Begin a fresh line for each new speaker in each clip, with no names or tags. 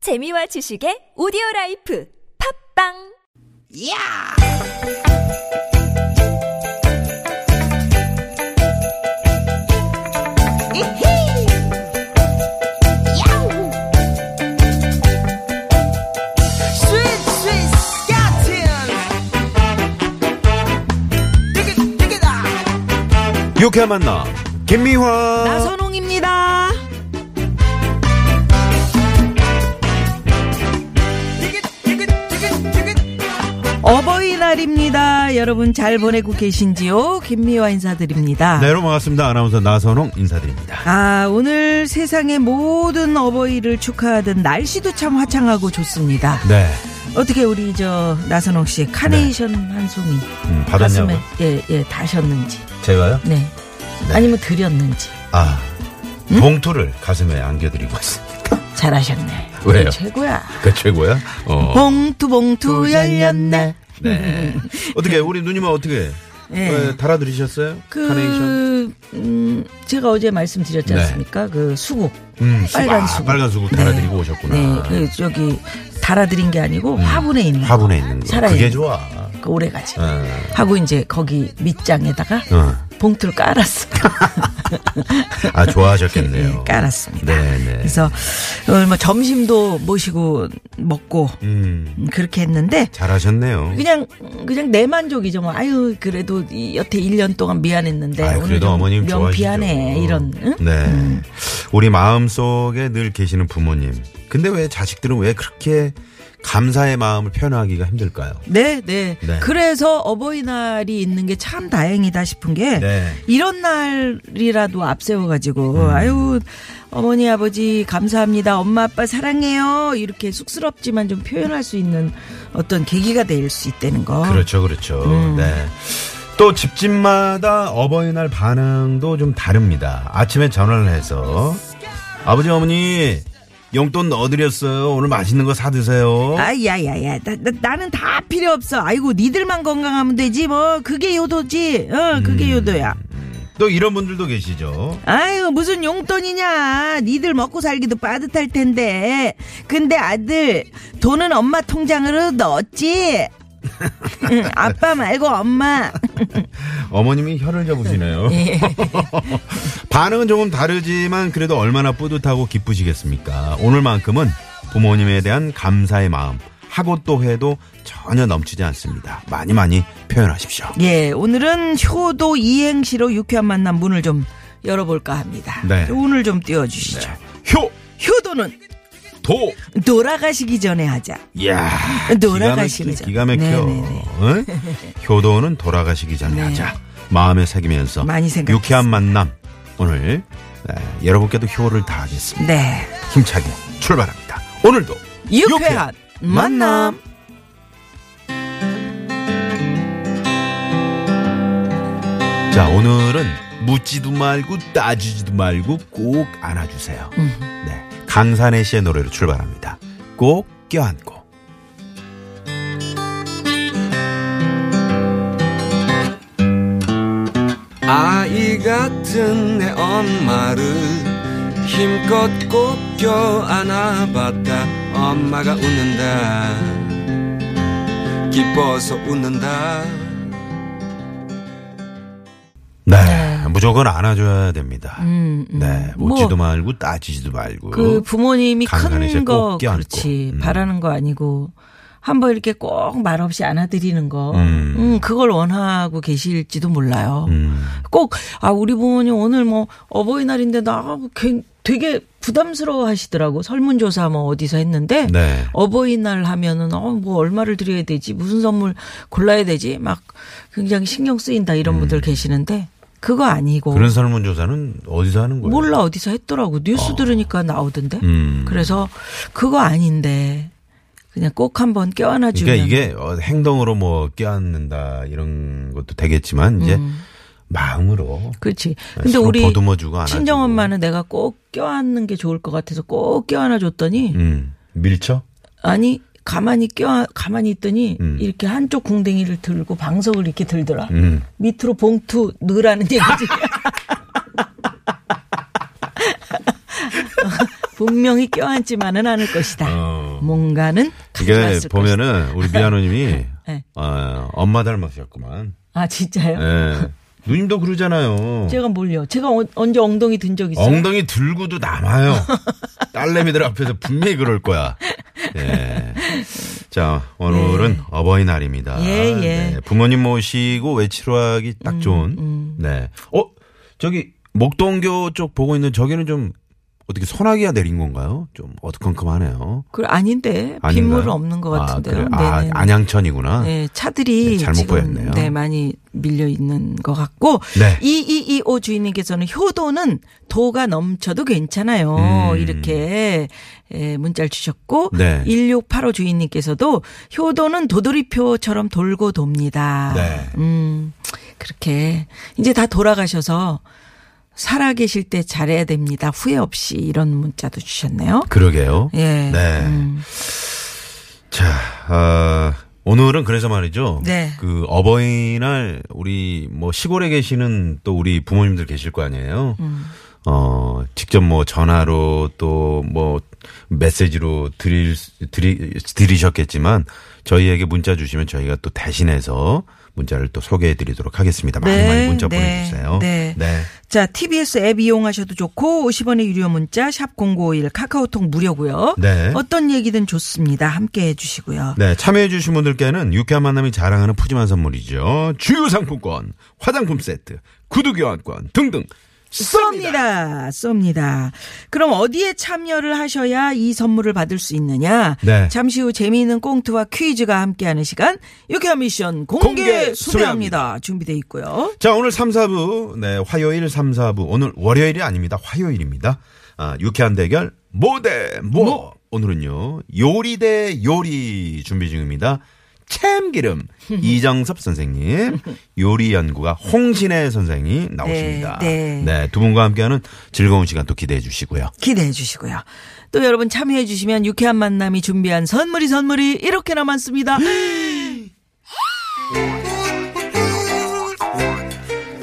재미와 지식의 오디오 라이프 팝빵
야! 이히! 야우! 스윗 스윗 스카틴! 디귿 디귿아!
유쾌한 만남 김미화
나선홍입니다. 디귿 디귿 디귿 디귿
어버이날입니다. 여러분 잘 보내고 계신지요? 김미화 인사드립니다.
네 여러분 반갑습니다 아나운서 나선홍 인사드립니다
아, 오늘 세상의 모든 어버이를 축하하던 날씨도 참 화창하고 좋습니다.
네
어떻게 우리 저 나선홍 씨 카네이션 한 송이
음,
가슴에
받았냐고요
예, 예, 다셨는지.
제가요
네. 아니면 드렸는지
아 봉투를 가슴에 안겨드리고 왔습니다
잘하셨네.
왜요?
최고야.
그 최고야 어.
봉투 봉투 열렸네.
네 어떻게 우리 누님은 어떻게
예.
어, 달아드리셨어요 카네이션
그, 음, 제가 어제 말씀드렸지
네.
않습니까? 그 수국.
음, 수-
빨간
아,
수국.
빨간 수국 달아드리고 오셨구나
네, 그 저기 달아드린 게 아니고 화분에 있는
음. 화분에 있는 거
살아있는
그게 좋아
거 오래가지.
어.
하고 이제 거기 밑장에다가
어.
봉투를 깔았어요.
아 좋아하셨겠네요
예, 깔았습니다.
네네
그래서 오늘 뭐 점심도 모시고 먹고
음
음, 그렇게 했는데
잘하셨네요
그냥 그냥 내 만족이죠. 뭐 아유 그래도 이 여태 1년 동안 미안했는데
아유,
네, 오늘
그래도
좀
어머님
명피하네
좋아하시죠.
이런 응? 음.
네. 우리 마음속에 늘 계시는 부모님. 근데 왜 자식들은 왜 그렇게 감사의 마음을 표현하기가 힘들까요?
네, 네,
네.
그래서 어버이날이 있는 게 참 다행이다 싶은 게
네. 음.
이런 날이라도 앞세워가지고 아유 어머니 아버지 감사합니다 엄마 아빠 사랑해요 이렇게 쑥스럽지만 좀 표현할 수 있는 어떤 계기가 될 수 있다는 거.
그렇죠, 그렇죠.
음.
네. 또 집집마다 어버이날 반응도 좀 다릅니다. 아침에 전화를 해서 아버지 어머니 용돈 넣어드렸어요. 오늘 맛있는 거 사드세요.
아야야야 나, 는다 필요 없어 아이고 니들만 건강하면 되지 뭐 그게 요도지 어
음.
그게 요도야
또 이런 분들도 계시죠.
아유 무슨 용돈이냐 니들 먹고 살기도 빠듯할 텐데 근데 아들 돈은 엄마 통장으로 넣었지 응, 아빠 말고 엄마
어머님이 혀를 접으시네요.
예.
반응은 조금 다르지만 그래도 얼마나 뿌듯하고 기쁘시겠습니까? 오늘만큼은 부모님에 대한 감사의 마음 하고 또 해도 전혀 넘치지 않습니다. 많이 많이 표현하십시오.
예, 오늘은 효도 이행시로 유쾌한 만남 문을 좀 열어볼까 합니다.
네.
오늘 좀 띄워주시죠.
효,
효도는
네. 도,
돌아가시기 전에 하자.
야
돌아가시기 전.
기가 막혀.
네네네.
응? 효도는 돌아가시기 전에
네.
하자. 마음에 새기면서
많이 생각했어요.
유쾌한 만남 오늘 네, 여러분께도 효를 다하겠습니다.
네.
힘차게 출발합니다. 오늘도
유쾌한 만남.
자, 오늘은 묻지도 말고 따지지도 말고 꼭 안아주세요.
음.
네. 강산의 씨의 노래로 출발합니다. 꼭 껴안고.
아이 같은 내 엄마를 힘껏 꼭 껴안아봤다 엄마가 웃는다 기뻐서 웃는다
네. 무조건 안아줘야 됩니다. 네.
뭐,
묻지도 말고 따지지도 말고.
그 부모님이
어? 강간의 씨
큰 거
꼭 껴안고.
그렇지
음.
바라는 거 아니고 한번 이렇게 꼭 말없이 안아드리는 거,
음.
음, 그걸 원하고 계실지도 몰라요.
음.
꼭, 아, 우리 부모님 오늘 뭐, 어버이날인데 나 괜- 되게 부담스러워 하시더라고. 설문조사 뭐 어디서 했는데.
네.
어버이날 하면은, 어, 뭐, 얼마를 드려야 되지? 무슨 선물 골라야 되지? 막 굉장히 신경 쓰인다
음.
이런 분들 계시는데. 그거 아니고.
그런 설문조사는 어디서 하는 거예요?
어.
아.
몰라 어디서 했더라고. 뉴스 들으니까 나오던데.
음.
그래서 그거 아닌데. 그냥 꼭 한번 껴안아주면.
그러니까 이게 어, 행동으로 뭐 껴안는다 이런 것도 되겠지만 이제
음.
마음으로
그렇지. 근데
서로
우리
보듬어주고 안아주고.
친정엄마는 내가 꼭 껴안는 게 좋을 것 같아서 꼭 껴안아줬더니
음. 밀쳐?
아니 가만히 껴 가만히 있더니
음.
이렇게 한쪽 궁뎅이를 들고 방석을 이렇게 들더라.
음.
밑으로 봉투 넣으라는 얘기지. 분명히 껴안지만은 않을 것이다.
어.
뭔가는
이게
가져왔을 것이다.
보면은 우리 미아노님이
네.
어, 엄마 닮으셨구만.
아 진짜요?
예. 누님도 그러잖아요.
제가 뭘요? 제가 어- 언제 엉덩이 든 적 있어요?
엉덩이 들고도 남아요. 딸내미들 앞에서 분명히 그럴 거야. 예. 자, 오늘은 어버이날입니다.
예, 음, 예.
네, 부모님 모시고 외치러 하기 딱 좋은. 네. 어, 저기, 목동교 쪽 보고 있는 저기는 좀 어떻게 소나기가 내린 건가요? 좀 어두컴컴하네요.
그 아닌데
아닌가요?
빗물은 없는 것 같은데요.
아, 그래. 아,
네네.
안양천이구나.
네, 차들이
네, 잘못
지금
보였네요.
네, 많이 밀려 있는 것 같고
네.
2225 주인님께서는 효도는 도가 넘쳐도 괜찮아요.
음.
이렇게 예, 문자를 주셨고
네.
1685 주인님께서도 효도는 도돌이표처럼 돌고 돕니다.
네.
음. 그렇게 이제 다 돌아가셔서 살아계실 때 잘해야 됩니다. 후회 없이 이런 문자도 주셨네요.
그러게요.
예.
네. 자, 아, 오늘은 그래서 말이죠.
네.
그 어버이날 우리 뭐 시골에 계시는 또 우리 부모님들 계실 거 아니에요.
음.
어, 직접 뭐 전화로 또 뭐 메시지로 드릴 수- 드리 드리셨겠지만 저희에게 문자 주시면 저희가 또 대신해서 문자를 또 소개해 드리도록 하겠습니다. 많이
네,
많이 문자
네,
보내 주세요.
네. 자, TBS 앱 이용하셔도 좋고 50원의 유료 문자 샵 0951 카카오톡 무료고요.
네.
어떤 얘기든 좋습니다. 함께 해 주시고요.
네, 참여해주신 분들께는 유쾌한 만남이 자랑하는 푸짐한 선물이죠. 주요 상품권, 화장품 세트, 구두 교환권 등등 쏩니다.
쏩니다. 쏩니다. 그럼 어디에 참여를 하셔야 이 선물을 받을 수 있느냐?
네.
잠시 후 재미있는 꽁트와 퀴즈가 함께하는 시간 유쾌한 미션 공개,
공개
수배합니다. 준비돼 있고요.
자, 오늘 3, 4부, 네, 화요일 3, 4부. 오늘 월요일이 아닙니다. 화요일입니다. 아, 유쾌한 대결, 뭐 대 뭐. 오늘은요, 요리 대 요리 준비 중입니다. 참기름, 이정섭 선생님, 요리 연구가 홍신혜 선생이 나오십니다.
네, 네.
두 분과 함께하는 즐거운 시간 또 기대해 주시고요.
기대해 주시고요. 또 여러분 참여해 주시면 유쾌한 만남이 준비한 선물이 선물이 이렇게나 많습니다.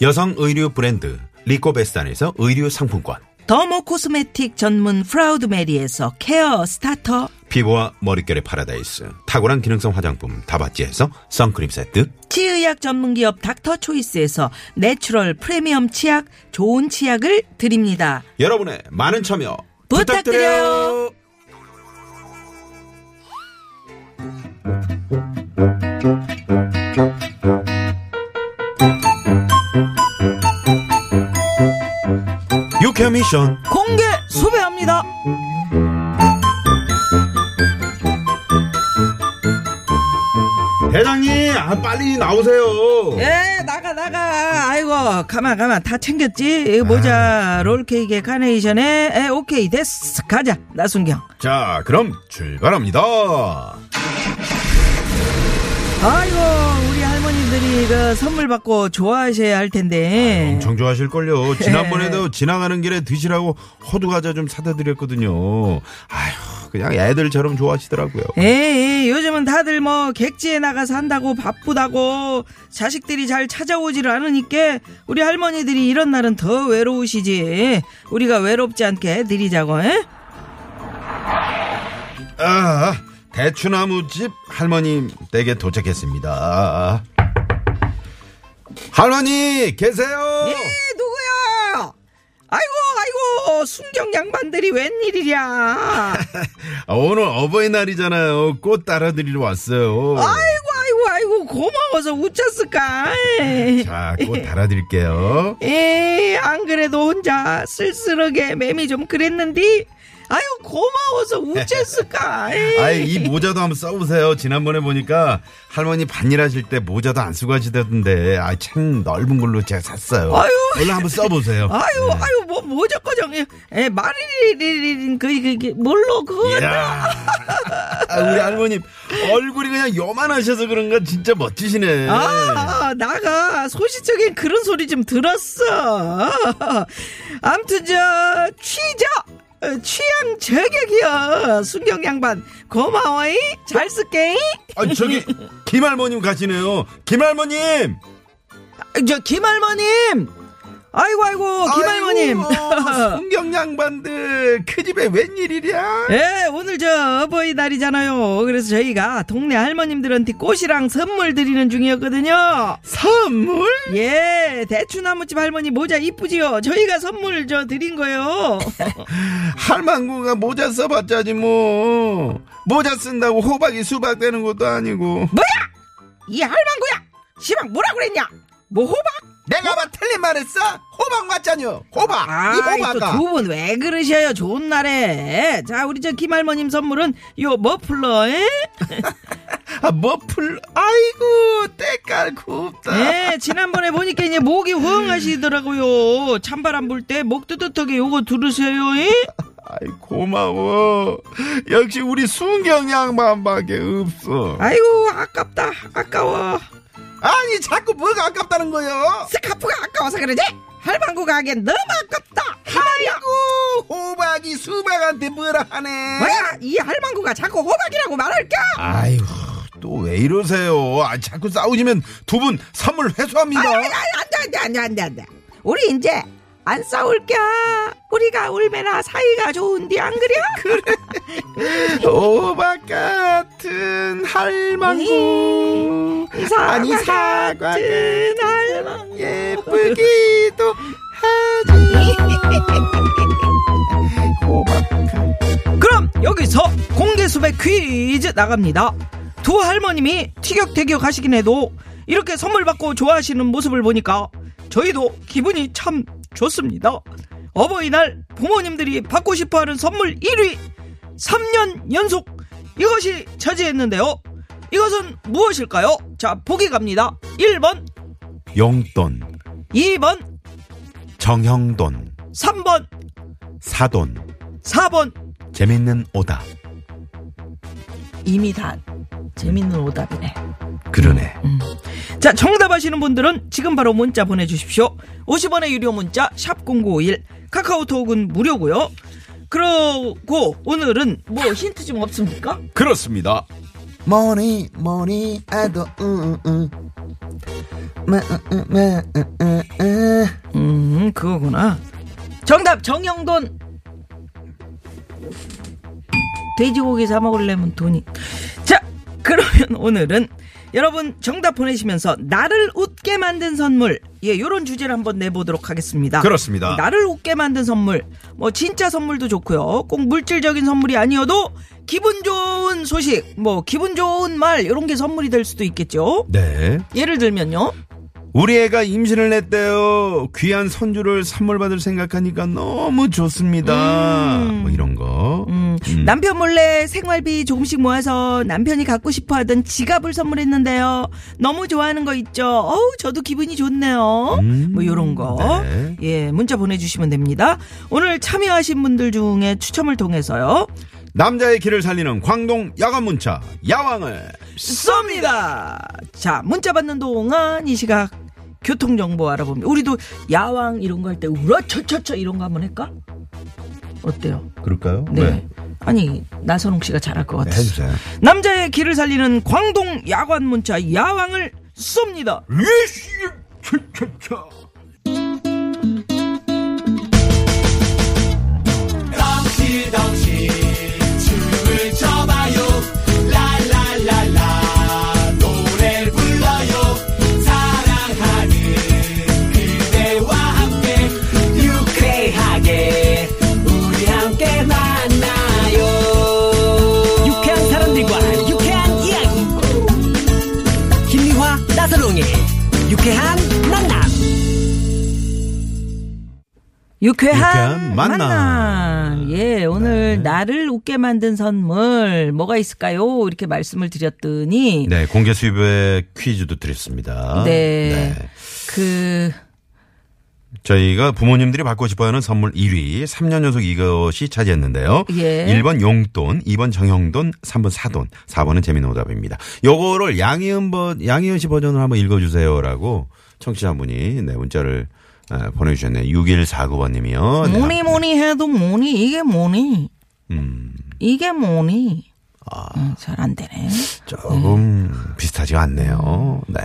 여성 의류 브랜드 리코베스탄에서 의류 상품권.
더모 코스메틱 전문 프라우드 메리에서 케어 스타터.
피부와 머릿결의 파라다이스. 탁월한 기능성 화장품 다바찌에서 선크림 세트.
치의학 전문기업 닥터 초이스에서 내추럴 프리미엄 치약, 좋은 치약을 드립니다.
여러분의 많은 참여
부탁드려요.
부탁드려요. 유쾌 미션
공개 수배합니다.
대장님 아 빨리 나오세요.
예, 나가, 나가. 아이고, 가만, 가만. 다 챙겼지? 이거
아.
보자. 롤케이크 카네이션에, 에, 오케이, 됐어. 가자. 나순경.
자 그럼 출발합니다.
아이고, 우리 할머니들이 그 선물 받고 좋아하셔야 할 텐데.
엄청 좋아하실 걸요.
예.
지난번에도 지나가는 길에 드시라고 호두 과자 좀 사다 드렸거든요. 아휴 그냥 애들처럼 좋아하시더라고요.
에이, 요즘은 다들 뭐 객지에 나가서 한다고 바쁘다고 자식들이 잘 찾아오지를 않으니까 우리 할머니들이 이런 날은 더 외로우시지. 우리가 외롭지 않게 드리자고. 에?
아, 대추나무집 할머님 댁에 도착했습니다. 할머니 계세요?
예, 누구야? 아이고, 아이고, 순경 양반들이 웬일이랴.
아, 오늘 어버이날이잖아요. 꽃 따라드리러 왔어요.
아이고, 아이고, 아이고, 고마워서 웃쳤을까.
자, 꽃 달아드릴게요.
에이, 안 그래도 혼자 쓸쓸하게 매미 좀 그랬는데 아유 고마워서 우째스까.
아이, 이 모자도 한번 써보세요. 지난번에 보니까 할머니 반일하실 때 모자도 안 쓰고 하시던데, 아, 참 넓은 걸로 제가 샀어요.
아유.
얼른 한번 써보세요.
아유 아유 뭐 모자거정 에 마리리리린 그 그게 뭘로 그거
이야. 아, 우리 할머님, 얼굴이 그냥 요만하셔서 그런가 진짜 멋지시네.
아, 나가 소시적인 그런 소리 좀 들었어. 아무튼 저 취저 어, 취향 저격이야. 순경 양반 고마워이 잘 쓸게.
아, 저기, 김할머님 가시네요. 김할머님!
저 김할머님. 아이고 아이고 어, 김할머님.
성경 어, 양반들, 그 집에 웬일이랴?
예, 오늘 저 어버이날이잖아요. 그래서 저희가 동네 할머님들한테 꽃이랑 선물 드리는 중이었거든요.
선물?
예, 대추나무집 할머니 모자 이쁘지요? 저희가 선물 저 드린 거요.
할망구가 모자 써봤자지 뭐 모자 쓴다고 호박이 수박 되는 것도 아니고
뭐? 이 할망구야! 시방 뭐라 그랬냐? 뭐 호박?
내가 봐 틀린 말했어? 호박 맞잖여 호박
아또두 분 왜 그러셔요? 좋은 날에. 자, 우리 저 김할머님 선물은 요 머플러, 에?
아, 머플 아이고 때깔 굽다
예, 지난번에 보니까 이제 목이 후흥하시더라고요. 찬바람 불 때 목 뜨뜻하게 요거 들으세요, 예? 에?
아이 고마워 역시 우리 순경 양반밖에 없어
아이고, 아깝다. 아까워.
아니 자꾸 뭐가 아깝다는 거요
스카프가 아까워서 그러지? 할망구가 하기엔 너무 아깝다. 하마리야.
호박이 수박한테 뭐라 하네
뭐야, 이 할망구가 자꾸 호박이라고 말할까?
아이고 또 왜 이러세요 아 자꾸 싸우시면 두 분 선물
아,
회수합니다
뭐? 안돼 안돼 안돼 안돼 우리 이제 안 싸울게 우리가 울매나 사이가 좋은디 안 그래? 그래
호박 같은 할망구
사과
아니 사과
같은 할망구.
예쁘기도 하지 호박
그럼 여기서 공개수배 퀴즈 나갑니다 두 할머님이 티격태격 하시긴 해도 이렇게 선물 받고 좋아하시는 모습을 보니까 저희도 기분이 참 좋습니다 어버이날 부모님들이 받고 싶어하는 선물 1위 3년 연속 이것이 차지했는데요 이것은 무엇일까요? 자 보기 갑니다 1번
용돈
2번,
정형돈
3번,
사돈
4번.
재밌는 오답
이미 다 재밌는 오답이네.
그러네
자, 정답 아시는 분들은 지금 바로 문자 보내주십시오. 50원의 유료 문자, 샵0951. 카카오톡은 무료고요 그러고, 오늘은 뭐 힌트 좀 없습니까?
그렇습니다
머리 머리 아도 응응 마마마으으
음, 그거구나. 정답, 정영돈. 돼지고기 사 먹으려면 돈이. 자, 그러면 오늘은 여러분 정답 보내시면서 나를 웃게 만든 선물. 예, 요런 주제를 한번 내보도록 하겠습니다.
그렇습니다.
나를 웃게 만든 선물. 뭐, 진짜 선물도 좋고요. 꼭 물질적인 선물이 아니어도 기분 좋은 소식, 뭐, 기분 좋은 말, 요런 게 선물이 될 수도 있겠죠.
네
예를 들면요.
우리 애가 임신을 했대요. 귀한 손주를 선물 받을 생각하니까 너무 좋습니다. 뭐 이런 거. 음.
남편 몰래 생활비 조금씩 모아서 남편이 갖고 싶어 하던 지갑을 선물했는데요. 너무 좋아하는 거 있죠? 어우, 저도 기분이 좋네요.
음.
뭐, 요런 거.
네.
예, 문자 보내주시면 됩니다. 오늘 참여하신 분들 중에 추첨을 통해서요.
남자의 길을 살리는 광동 야간 문자 야왕을
쏩니다! 자, 문자 받는 동안 이 시각 교통정보 알아봅니다. 우리도 야왕 이런 거 할 때, 우라쳐쳐쳐 이런 거 한번 할까? 어때요?
그럴까요? 네,
네. 아니, 나선홍 씨가 잘할 것 같아서.
해주세요.
남자의 길을 살리는 광동 야관 문자 야왕을 쏩니다.
유쾌한 사람들과 유쾌한 이야기 김미화 나선롱의 유쾌한 만남
유쾌한
유쾌한 만남. 네.
만남. 예, 오늘 나를 웃게 만든 선물 뭐가 있을까요? 이렇게 말씀을 드렸더니
네, 공개 수입의 퀴즈도 드렸습니다.
네. 그
저희가 부모님들이 받고 싶어하는 선물 1위 3년 연속 이것이 차지했는데요.
예.
1번 용돈, 2번 정형돈, 3번 사돈, 4번은 재미있는 오답입니다. 요거를 양희은 버 양희은 씨 버전으로 한번 읽어주세요라고 청취자분이 네 문자를 아, 보내주셨네요. 6149번님이요. 네,
뭐니 뭐니 해도 뭐니 이게 뭐니
음.
이게 뭐니
아.
어, 잘 안 되네.
조금 비슷하지 않네요. 네.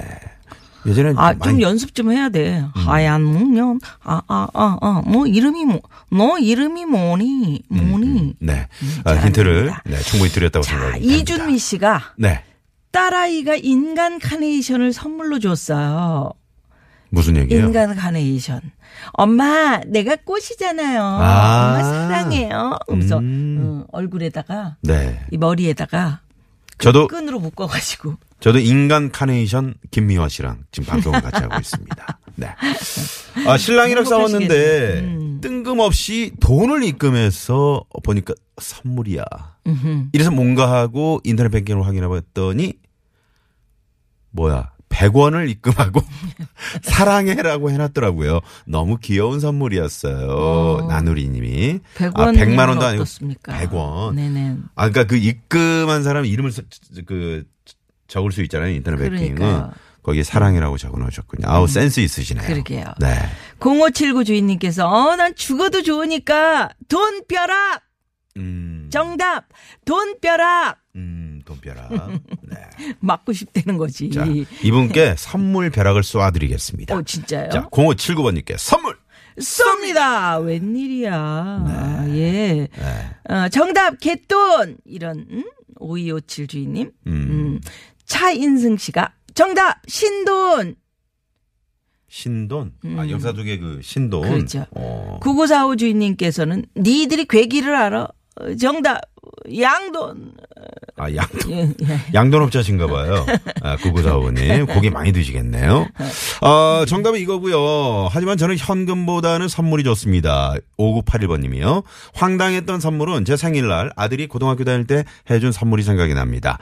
예전에
아, 좀
그러니까 많이 음.
연습 좀 해야 돼. 하얀 목련, 아, 아, 아, 아, 뭐, 이름이 뭐, 너 이름이 뭐니, 뭐니.
네 아,
음, 잘
힌트를
됩니다.
네, 충분히 드렸다고
자,
생각합니다.
이준미 씨가
네
딸아이가 인간 카네이션을 선물로 줬어요.
무슨 얘기예요?
인간 카네이션. 엄마, 내가 꽃이잖아요.
아.
엄마 사랑해요. 그래서
음.
음, 얼굴에다가,
네
이 머리에다가
저도
끈으로 묶어가지고.
저도 인간 카네이션 김미화 씨랑 지금 방송을 같이 하고 있습니다. 네. 아, 신랑이랑 싸웠는데 뜬금없이 돈을 입금해서 보니까 선물이야. 이래서 뭔가 하고 인터넷 뱅킹을 확인해 봤더니 뭐야. 100원을 입금하고 사랑해라고 해놨더라고요. 너무 귀여운 선물이었어요. 나누리 님이.
100원.
아, 100만 원도 아니고
어떻습니까?
100원.
네네.
아, 그러니까 그 입금한 사람 이름을 써- 그 적을 수 있잖아요. 인터넷
그러니까요. 음.
뱅킹은 거기에 사랑이라고 적어 놓으셨군요. 아우 센스 있으시네요.
그러게요.
네.
0579 주인님께서 어, 난 죽어도 좋으니까 돈 벼락
음.
정답 돈 벼락
음, 돈벼락. 네.
맞고 싶다는 거지.
자, 이분께 선물 벼락을 쏴 드리겠습니다.
어 진짜요?
자, 0579번 님께 선물.
쏩니다. 웬일이야. 예. 어, 정답 개돈 이런 음? 5257 주인님. 음. 차인승 씨가 정답 신돈
신돈. 아, 역사족의 그 신돈.
음. 그렇죠.
어.
9945 주인님께서는 니들이 괴기를 알아. 어, 정답 양돈.
아, 양돈.
예, 예.
양돈업자신가 봐요. 아, 9945님. 고기 많이 드시겠네요. 아, 정답은 이거고요. 하지만 저는 현금보다는 선물이 좋습니다. 5981번님이요. 황당했던 선물은 제 생일날 아들이 고등학교 다닐 때 해준 선물이 생각이 납니다.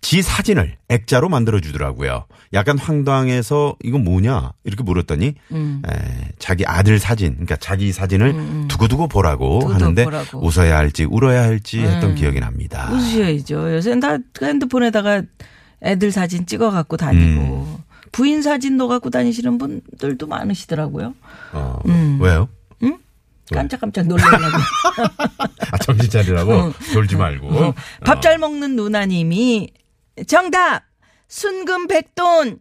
지 사진을 액자로 만들어주더라고요. 약간 황당해서 이건 뭐냐? 이렇게 물었더니
음.
에, 자기 아들 사진, 그러니까 자기 사진을 두고두고 보라고
두고두고
하는데
보라고. 음.
웃어야 할지 울어야 할지 했던 기억이 납니다.
웃으셔야죠. 요새는 다 핸드폰에다가 애들 사진 찍어 갖고 다니고 부인 사진 넣어 갖고 다니시는 분들도 많으시더라고요.
어,
음.
왜요?
깜짝깜짝 놀라려고.
아, 정신
음.
차리라고 놀지 말고.
어, 밥 잘 먹는 누나님이 정답 순금 백돈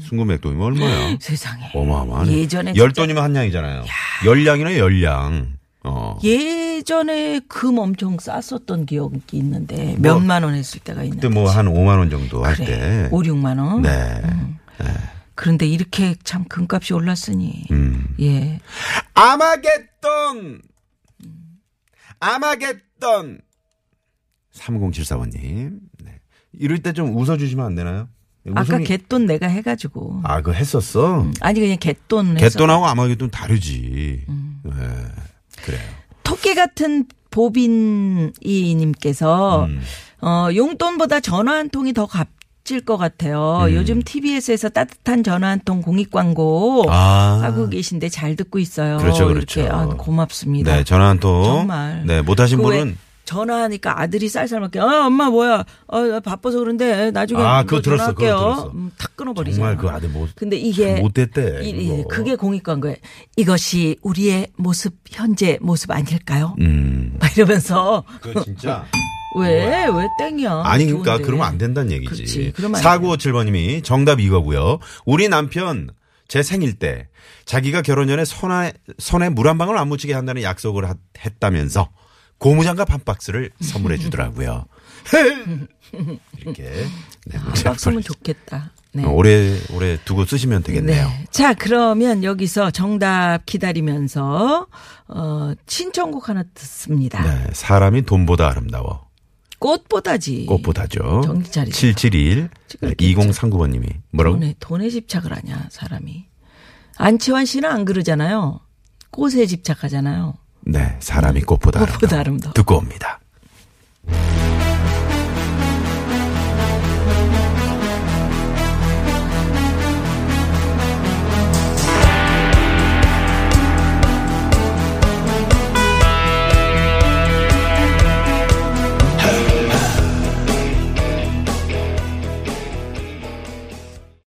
순금액돈이 얼마야?
세상에
어마어마하네.
예전에
열 돈이면 한 양이잖아요. 열 양이네 열 양. 어.
예전에 금 엄청 쌌었던 기억이 있는데 몇만 원 했을 때가 있는데
뭐, 그때 뭐 한 5만 원 정도 할
그래. 음.
때.
5, 6만 원.
네.
그런데 이렇게 참 금값이 올랐으니
음.
예.
아마겟돈. 아마겟돈. 3074번님. 네. 이럴 때 좀 웃어주시면 안 되나요? 네,
아까
웃음이-
갯돈 내가 해 가지고
아, 그거 했었어?
아니 그냥 갯돈 해서 음.
갯돈하고 아마겟돈 다르지. 네. 그래요.
토끼 같은 보빈이님께서
음.
어, 용돈보다 전화 한 통이 더 값질 것 같아요.
음.
요즘 TBS에서 따뜻한 전화 한 통 공익 광고
아.
하고 계신데 잘 듣고 있어요.
그렇죠, 그렇죠.
이렇게 아, 고맙습니다.
네, 전화 한 통.
정말.
네, 못하신
그거 왜
분은.
전화하니까 아들이 쌀쌀맞게 아 엄마 뭐야 어, 나 바빠서 그런데 나중에
아,
뭐
그거 들었어, 그거
전화할게요.
들었어.
음, 탁 끊어버리죠.
정말 그 아들 못.
근데 이게
못됐대.
이- 이-
그거.
그게 공익 광고예요. 이것이 우리의 모습 현재 모습 아닐까요?
음.
막 이러면서
그 진짜.
왜 왜 땡이야?
아니, 그러니까
어, 좋은데.
그러면 안 된다는
그렇지,
얘기지.
그러면 안
4957번님이 정답 이거고요. 우리 남편 제 생일 때 자기가 결혼 전에 손에, 손에 물 한 방울 안 묻히게 한다는 약속을 하- 했다면서 고무장갑 한 박스를 선물해 주더라고요. 이렇게. 네,
아,
문자
막 쓰면
보내주-
좋겠다. 네.
오래, 오래 두고 쓰시면 되겠네요.
네. 자, 그러면 여기서 정답 기다리면서 어, 신청곡 하나 듣습니다.
네, 사람이 돈보다 아름다워.
꽃보다지.
꽃보다죠.
예. 정신 차리세요.
771
찌그럽게 네.
2039번님이 뭐라고?
돈에 돈에 집착을 하냐 사람이. 안치환 씨는 안 그러잖아요.
꽃에 집착하잖아요.
네, 사람이 꽃보다
꽃보다
아름다워.
네, 아름다워.
듣고 옵니다.